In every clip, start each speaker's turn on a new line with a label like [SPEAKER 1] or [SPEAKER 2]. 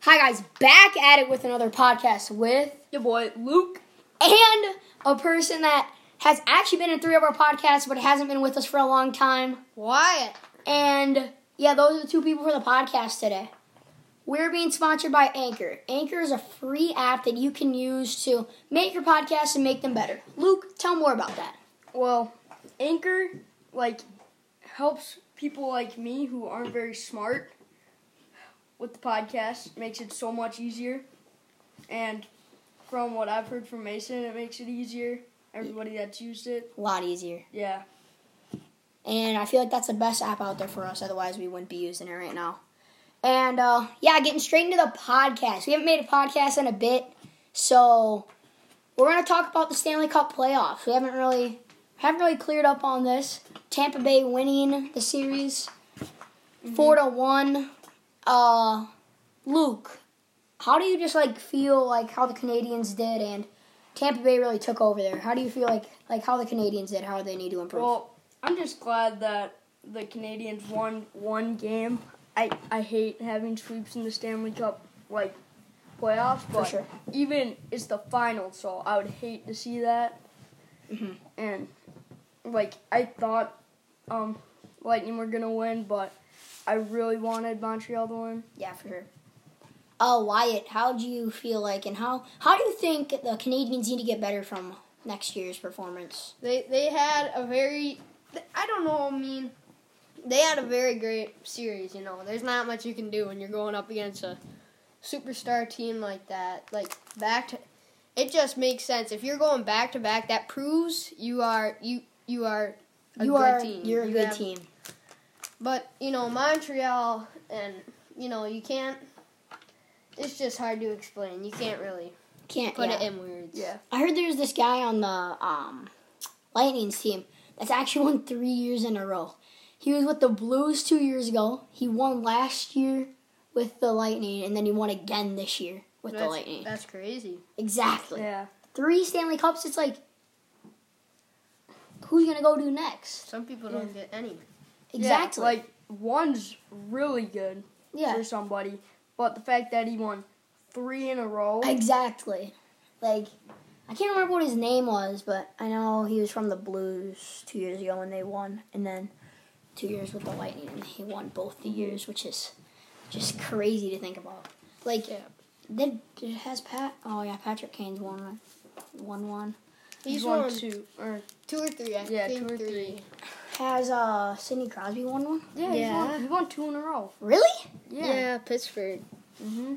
[SPEAKER 1] Hi guys, back at it with another podcast with
[SPEAKER 2] Your boy Luke.
[SPEAKER 1] and a person that has actually been in three of our podcasts but hasn't been with us for a long time.
[SPEAKER 2] Wyatt.
[SPEAKER 1] And yeah, those are the two people for the podcast today. We're being sponsored by Anchor. Anchor is a free app that you can use to make your podcasts and make them better. Luke, tell more about that.
[SPEAKER 2] Well, Anchor like helps people like me who aren't very smart with the podcast. Makes it so much easier. And from what I've heard from Mason, it makes it easier. Everybody that's used it.
[SPEAKER 1] A lot easier.
[SPEAKER 2] Yeah.
[SPEAKER 1] And I feel like that's the best app out there for us. Otherwise, we wouldn't be using it right now. And uh, yeah, getting straight into the podcast. We haven't made a podcast in a bit, so we're gonna talk about the Stanley Cup playoffs. We haven't really haven't really cleared up on this. Tampa Bay winning the series four to one. Uh, Luke, how do you just like feel like how the Canadians did and Tampa Bay really took over there? How do you feel like like how the Canadians did? How they need to improve?
[SPEAKER 2] Well, I'm just glad that the Canadians won one game. I I hate having sweeps in the Stanley Cup like playoffs, but
[SPEAKER 1] sure.
[SPEAKER 2] even it's the final, so I would hate to see that.
[SPEAKER 1] Mm-hmm.
[SPEAKER 2] And like I thought, um, Lightning were gonna win, but I really wanted Montreal to win.
[SPEAKER 1] Yeah, for sure. Oh, Wyatt, how do you feel like, and how how do you think the Canadians need to get better from next year's performance?
[SPEAKER 3] They they had a very I don't know. I mean, they had a very great series. You know, there's not much you can do when you're going up against a superstar team like that. Like back to, it just makes sense. If you're going back to back, that proves you are you you are a
[SPEAKER 1] you
[SPEAKER 3] good
[SPEAKER 1] are
[SPEAKER 3] team.
[SPEAKER 1] you're a
[SPEAKER 3] You
[SPEAKER 1] good
[SPEAKER 3] have-
[SPEAKER 1] team.
[SPEAKER 3] But you know Montreal, and you know you can't. It's just hard to explain. You can't really
[SPEAKER 1] Can't
[SPEAKER 3] put
[SPEAKER 1] yeah.
[SPEAKER 3] it in words.
[SPEAKER 1] I heard there's this guy on the um, Lightning's team that's actually won three years in a row. He was with the Blues two years ago. He won last year with the Lightning, and then he won again this year with the
[SPEAKER 3] That's-
[SPEAKER 1] Lightning.
[SPEAKER 3] That's crazy.
[SPEAKER 1] Exactly.
[SPEAKER 2] Yeah,
[SPEAKER 1] Three Stanley Cups. It's like, who's gonna go to next?
[SPEAKER 3] Some people don't get any.
[SPEAKER 1] Exactly.
[SPEAKER 2] Yeah, like one's really good
[SPEAKER 1] yeah.
[SPEAKER 2] for somebody, but the fact that he won three in a row.
[SPEAKER 1] Exactly. Like, I can't remember what his name was, but I know he was from the Blues two years ago when they won, and then two years with the Lightning, and he won both the years, which is just crazy to think about. Like,
[SPEAKER 3] Yeah.
[SPEAKER 1] did, did has Pat? Oh yeah, Patrick Kane's won right? One one.
[SPEAKER 3] He's
[SPEAKER 2] won
[SPEAKER 3] won
[SPEAKER 2] two or
[SPEAKER 3] Two or three, I
[SPEAKER 2] Yeah,
[SPEAKER 3] think.
[SPEAKER 2] two or
[SPEAKER 3] three.
[SPEAKER 2] three.
[SPEAKER 1] Has uh Sidney Crosby won one?
[SPEAKER 2] Yeah,
[SPEAKER 3] he's won-
[SPEAKER 2] He, won, two in a row.
[SPEAKER 1] Really?
[SPEAKER 3] Yeah. Pittsburgh.
[SPEAKER 2] hmm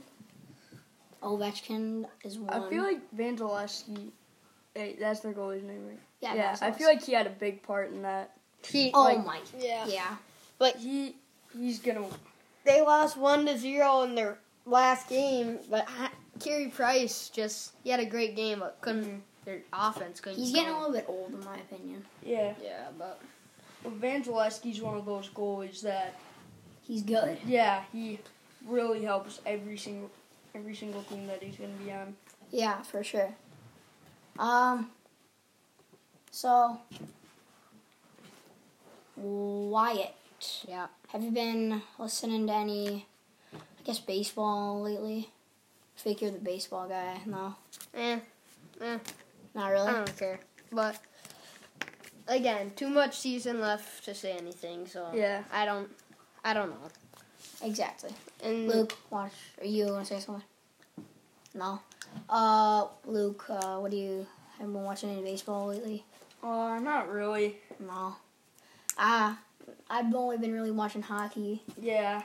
[SPEAKER 1] Ovechkin is one.
[SPEAKER 2] I feel like Vasilevsky. Hey, that's their goalie's name, right?
[SPEAKER 1] yeah,
[SPEAKER 2] I
[SPEAKER 1] Vasilevsky.
[SPEAKER 2] feel like he had a big part in that.
[SPEAKER 3] He,
[SPEAKER 1] Oh
[SPEAKER 2] like-
[SPEAKER 1] my.
[SPEAKER 3] yeah.
[SPEAKER 1] Yeah.
[SPEAKER 2] He he's gonna.
[SPEAKER 3] They lost one to zero in their last game, but Carey Price just he had a great game, but couldn't
[SPEAKER 2] Mm-hmm.
[SPEAKER 3] their offense couldn't.
[SPEAKER 1] He's
[SPEAKER 3] score.
[SPEAKER 1] getting a little bit old, in my opinion.
[SPEAKER 2] Yeah,
[SPEAKER 3] yeah, but
[SPEAKER 2] well, Vasilevsky's one of those goalies that.
[SPEAKER 1] He's good.
[SPEAKER 2] Yeah, he really helps every single every single team that he's gonna be on.
[SPEAKER 1] Yeah, for sure. Um. So, Wyatt,
[SPEAKER 3] yeah.
[SPEAKER 1] have you been listening to any, I guess, baseball lately? I think you're the baseball guy. No,
[SPEAKER 3] Eh,
[SPEAKER 1] not
[SPEAKER 3] I
[SPEAKER 1] really.
[SPEAKER 3] don't care. But again, too much season left to say anything, so
[SPEAKER 2] Yeah.
[SPEAKER 3] I don't, I don't know.
[SPEAKER 1] Exactly.
[SPEAKER 3] And
[SPEAKER 1] Luke, watch. Are you gonna say something? No. Uh, Luke, uh, what do you? Have you been watching any baseball lately?
[SPEAKER 2] Uh, not really.
[SPEAKER 1] No. Ah, I've only been really watching hockey.
[SPEAKER 2] Yeah,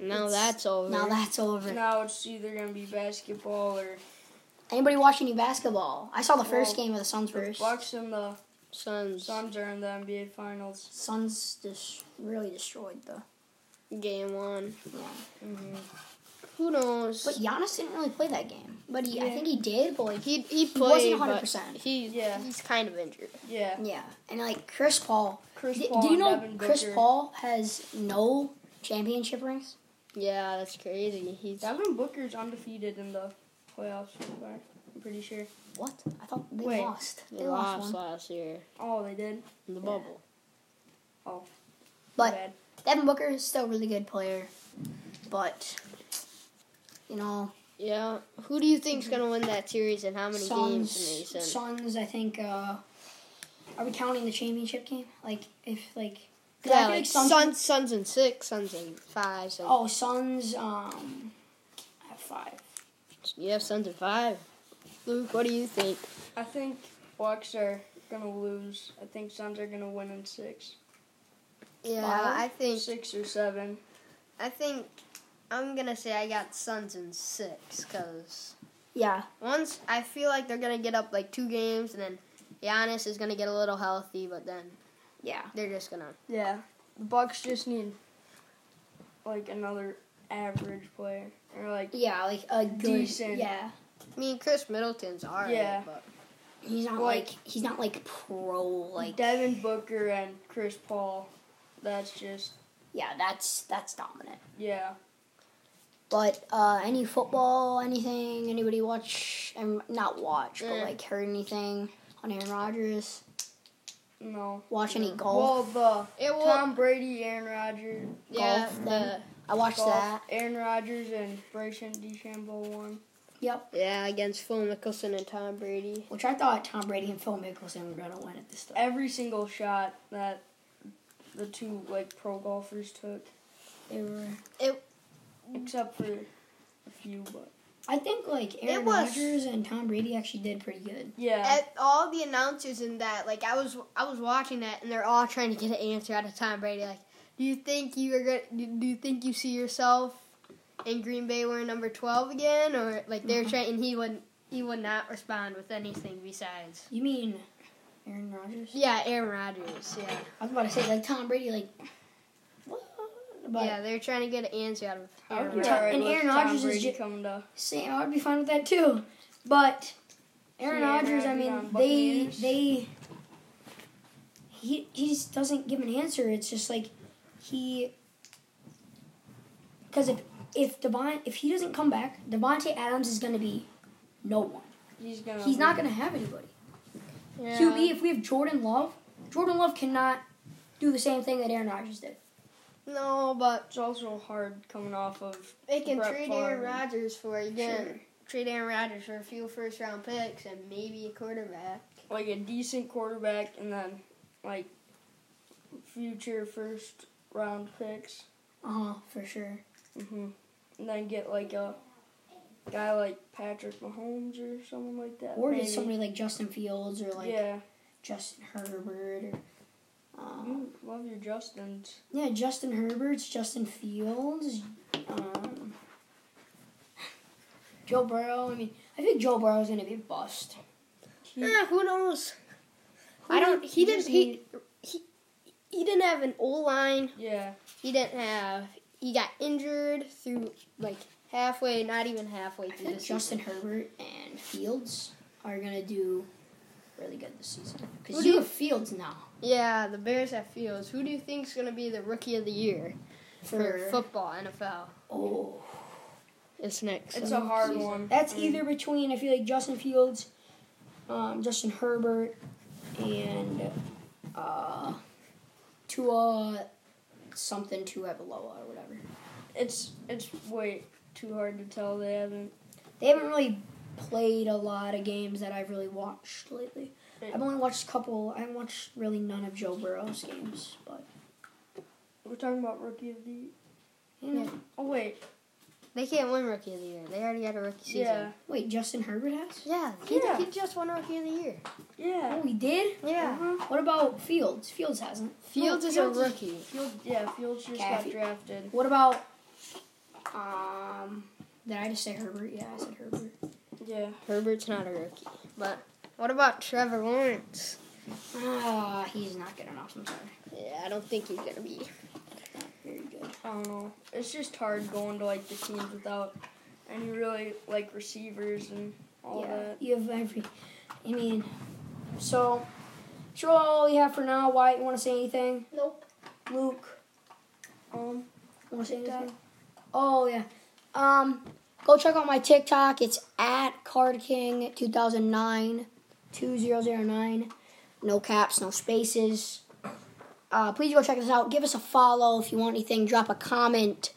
[SPEAKER 3] now
[SPEAKER 1] it's-
[SPEAKER 3] that's over.
[SPEAKER 1] Now that's over.
[SPEAKER 2] now it's either gonna be basketball or
[SPEAKER 1] Anybody watch any basketball? I saw the first
[SPEAKER 2] Well,
[SPEAKER 1] game of the Suns
[SPEAKER 2] the
[SPEAKER 1] first.
[SPEAKER 2] Bucks and the
[SPEAKER 3] Suns
[SPEAKER 2] Suns are uh, in the NBA Finals.
[SPEAKER 1] Suns just really destroyed though.
[SPEAKER 3] game one.
[SPEAKER 1] Yeah.
[SPEAKER 2] hmm
[SPEAKER 3] Who knows?
[SPEAKER 1] But Giannis didn't really play that game. But he, I
[SPEAKER 2] Yeah.
[SPEAKER 1] think he did. But like,
[SPEAKER 3] he he
[SPEAKER 1] wasn't
[SPEAKER 3] played, but
[SPEAKER 1] 100%.
[SPEAKER 3] he
[SPEAKER 2] Yeah.
[SPEAKER 3] he's kind of injured.
[SPEAKER 2] Yeah,
[SPEAKER 1] yeah. And like Chris Paul.
[SPEAKER 2] Chris
[SPEAKER 1] Did-
[SPEAKER 2] Paul.
[SPEAKER 1] do you know
[SPEAKER 2] and Devin
[SPEAKER 1] Chris
[SPEAKER 2] Booker.
[SPEAKER 1] Paul has no championship rings?
[SPEAKER 3] Yeah, that's crazy. He's
[SPEAKER 2] Devin Booker's undefeated in the playoffs. so far, I'm pretty sure.
[SPEAKER 1] What? I thought they
[SPEAKER 2] Wait.
[SPEAKER 1] lost. They
[SPEAKER 3] They
[SPEAKER 1] lost,
[SPEAKER 3] lost
[SPEAKER 1] one.
[SPEAKER 3] last year
[SPEAKER 2] Oh, they did. Oh,
[SPEAKER 3] in the
[SPEAKER 1] Yeah.
[SPEAKER 3] bubble.
[SPEAKER 1] But
[SPEAKER 2] Bad.
[SPEAKER 1] Devin Booker is still a really good player. But You know,
[SPEAKER 3] Yeah. Who do you think's gonna win that series and how many
[SPEAKER 1] Suns.
[SPEAKER 3] games? Mason?
[SPEAKER 1] Suns. I think. Uh, are we counting the championship game? Like if like. 'cause I
[SPEAKER 3] Yeah,
[SPEAKER 1] feel
[SPEAKER 3] like
[SPEAKER 1] Suns-
[SPEAKER 3] Suns, Suns in six, Suns in five. Suns,
[SPEAKER 1] Oh, Suns. Um, at five.
[SPEAKER 3] You have Suns in five. Luke, what do you think?
[SPEAKER 2] I think Bucks are gonna lose. I think Suns are gonna win in six,
[SPEAKER 3] Yeah,
[SPEAKER 2] Five?
[SPEAKER 3] I think
[SPEAKER 2] six or seven.
[SPEAKER 3] I think I'm gonna say I got Suns in six because
[SPEAKER 1] Yeah.
[SPEAKER 3] once I feel like they're gonna get up like two games and then Giannis is gonna get a little healthy, but then
[SPEAKER 1] Yeah.
[SPEAKER 3] they're just gonna
[SPEAKER 2] Yeah, the Bucks just need like another average player or like
[SPEAKER 1] Yeah, like a good.
[SPEAKER 2] Decent.
[SPEAKER 1] Yeah.
[SPEAKER 3] I mean, Chris Middleton's alright,
[SPEAKER 2] Yeah.
[SPEAKER 3] but
[SPEAKER 1] He's not like,
[SPEAKER 2] Like-
[SPEAKER 1] he's not like pro like.
[SPEAKER 2] Devin Booker and Chris Paul. That's just
[SPEAKER 1] yeah, that's that's dominant.
[SPEAKER 2] yeah.
[SPEAKER 1] But uh, any football, anything, anybody watch? Um, not watch, but
[SPEAKER 3] Mm.
[SPEAKER 1] like heard anything on Aaron Rodgers?
[SPEAKER 2] No.
[SPEAKER 1] Watch any
[SPEAKER 3] No.
[SPEAKER 1] golf?
[SPEAKER 2] Well,
[SPEAKER 3] it
[SPEAKER 2] the
[SPEAKER 1] Oh.
[SPEAKER 3] will.
[SPEAKER 2] Tom Brady, Aaron Rodgers,
[SPEAKER 3] yeah,
[SPEAKER 1] golf
[SPEAKER 3] the,
[SPEAKER 1] I watched
[SPEAKER 2] golf,
[SPEAKER 1] that.
[SPEAKER 2] Aaron Rodgers and Bryson DeChambeau won.
[SPEAKER 1] Yep.
[SPEAKER 3] yeah, against Phil Mickelson and Tom Brady.
[SPEAKER 1] Which I thought Tom Brady and Phil Mickelson were gonna win at this time.
[SPEAKER 2] Every single shot that the two like pro golfers took,
[SPEAKER 1] They were.
[SPEAKER 2] except for a few, but
[SPEAKER 1] I think like Aaron
[SPEAKER 3] was-
[SPEAKER 1] Rodgers and Tom Brady actually did pretty good.
[SPEAKER 2] yeah,
[SPEAKER 3] At all the announcers in that, like I was, I was watching that, and they're all trying to get an answer out of Tom Brady. Like, do you think you are gonna? Do, do you think you see yourself in Green Bay wearing number twelve again, or like they're
[SPEAKER 1] Mm-hmm.
[SPEAKER 3] trying? And he would, he would not respond with anything besides.
[SPEAKER 1] You mean Aaron Rodgers?
[SPEAKER 3] Yeah, Aaron Rodgers. Yeah,
[SPEAKER 1] I was about to say like Tom Brady, like. What? But
[SPEAKER 3] yeah, they're trying to get an answer out of
[SPEAKER 1] I
[SPEAKER 3] Aaron
[SPEAKER 1] would be
[SPEAKER 3] Rodgers.
[SPEAKER 2] Alright,
[SPEAKER 1] and
[SPEAKER 2] with
[SPEAKER 1] Aaron
[SPEAKER 2] Tom
[SPEAKER 1] Rodgers is
[SPEAKER 2] Brady
[SPEAKER 1] ju-
[SPEAKER 2] coming to
[SPEAKER 1] Same, I would be fine with that too. But Aaron
[SPEAKER 2] Yeah,
[SPEAKER 1] Rodgers, I
[SPEAKER 2] Aaron
[SPEAKER 1] mean,
[SPEAKER 2] Rodgers.
[SPEAKER 1] they they he he just doesn't give an answer. It's just like he because if if Devon if he doesn't come back, Devonte Adams is going to be no one.
[SPEAKER 2] He's gonna.
[SPEAKER 1] He's not going to have anybody.
[SPEAKER 3] Yeah.
[SPEAKER 1] QB, if we have Jordan Love, Jordan Love cannot do the same thing that Aaron Rodgers did.
[SPEAKER 3] No, but
[SPEAKER 2] It's also hard coming off of.
[SPEAKER 3] they can
[SPEAKER 2] Brett
[SPEAKER 3] trade
[SPEAKER 2] Favre.
[SPEAKER 3] Aaron Rodgers for again.
[SPEAKER 2] Sure.
[SPEAKER 3] Trade Aaron Rodgers for a few first round picks and maybe a quarterback.
[SPEAKER 2] like a decent quarterback and then like future first round picks.
[SPEAKER 1] Uh
[SPEAKER 3] Uh-huh,
[SPEAKER 1] huh, for sure.
[SPEAKER 2] hmm And then get like a guy like Patrick Mahomes or someone like that.
[SPEAKER 1] Or
[SPEAKER 2] maybe.
[SPEAKER 1] just somebody like Justin Fields or like
[SPEAKER 2] yeah.
[SPEAKER 1] Justin Herbert or. Um,
[SPEAKER 3] Mm.
[SPEAKER 2] You love your Justins.
[SPEAKER 1] Yeah, Justin Herbert's, Justin Fields, um, Joe Burrow. I mean, I think Joe Burrow's gonna be a bust.
[SPEAKER 2] He-
[SPEAKER 3] Yeah, who knows?
[SPEAKER 1] Who
[SPEAKER 3] I don't.
[SPEAKER 1] did-
[SPEAKER 3] He
[SPEAKER 1] who
[SPEAKER 3] didn't.
[SPEAKER 1] does
[SPEAKER 3] He, he he didn't have an O line.
[SPEAKER 2] Yeah.
[SPEAKER 3] He didn't have. He got injured through like halfway, not even halfway
[SPEAKER 1] I
[SPEAKER 3] through the
[SPEAKER 1] think
[SPEAKER 3] season.
[SPEAKER 1] Justin Herbert and Fields are gonna do really good this season
[SPEAKER 3] Who
[SPEAKER 1] because
[SPEAKER 3] do
[SPEAKER 1] you
[SPEAKER 3] you-
[SPEAKER 1] have Fields now
[SPEAKER 3] Yeah, the Bears have Fields. Who do you think's gonna be the rookie of the year for
[SPEAKER 1] for,
[SPEAKER 3] football NFL?
[SPEAKER 1] oh.
[SPEAKER 3] It's next.
[SPEAKER 2] It's a hard
[SPEAKER 1] season.
[SPEAKER 2] one.
[SPEAKER 1] That's
[SPEAKER 2] Mm.
[SPEAKER 1] either between I feel like Justin Fields, um, Justin Herbert, and uh, Tua something Tua Beloa or whatever.
[SPEAKER 2] It's it's way too hard to tell. They haven't.
[SPEAKER 1] They haven't really played a lot of games that I've really watched lately.
[SPEAKER 2] Right.
[SPEAKER 1] I've only watched a couple. I haven't watched really none of Joe Burrow's games, but
[SPEAKER 2] We're talking about rookie of the.
[SPEAKER 1] you know.
[SPEAKER 3] Yeah.
[SPEAKER 2] Oh wait.
[SPEAKER 3] They can't win rookie of the year. They already got a rookie season.
[SPEAKER 2] Yeah.
[SPEAKER 1] Wait, Justin Herbert has?
[SPEAKER 3] Yeah, he,
[SPEAKER 2] Yeah.
[SPEAKER 3] he just won rookie of the year.
[SPEAKER 2] Yeah.
[SPEAKER 1] Oh, he did.
[SPEAKER 3] Yeah.
[SPEAKER 2] Uh-huh.
[SPEAKER 1] What about Fields? Fields hasn't. Oh,
[SPEAKER 3] Fields
[SPEAKER 2] No,
[SPEAKER 3] is
[SPEAKER 2] Fields
[SPEAKER 3] a
[SPEAKER 2] is-
[SPEAKER 3] rookie.
[SPEAKER 2] Field, yeah. Fields just
[SPEAKER 1] Caffey.
[SPEAKER 2] got drafted.
[SPEAKER 1] What about um? Did I just say Herbert? Yeah, I said Herbert.
[SPEAKER 2] Yeah.
[SPEAKER 3] Herbert's not a rookie. But what about Trevor Lawrence?
[SPEAKER 1] Ah, he's not good enough. I'm sorry.
[SPEAKER 3] Yeah, I don't think he's gonna be.
[SPEAKER 1] Very good.
[SPEAKER 2] I don't know. It's just hard going to like the teams without any really like receivers and all
[SPEAKER 1] yeah,
[SPEAKER 2] that.
[SPEAKER 1] you have every. I mean, so. Sure, all we have for now. Wyatt, you want to say anything?
[SPEAKER 3] Nope.
[SPEAKER 1] Luke.
[SPEAKER 2] Um,
[SPEAKER 1] Want to say
[SPEAKER 2] Done.
[SPEAKER 1] anything? Oh yeah. Um, go check out my TikTok. It's at cardking 2009 2009. No caps, no spaces. Uh, please go check us out. Give us a follow if you want anything. Drop a comment.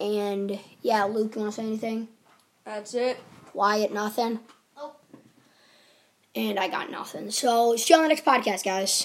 [SPEAKER 1] And yeah, Luke, you want to say anything?
[SPEAKER 2] That's it.
[SPEAKER 1] Wyatt, nothing.
[SPEAKER 3] Nope.
[SPEAKER 1] And I got nothing. So see you on the next podcast, guys.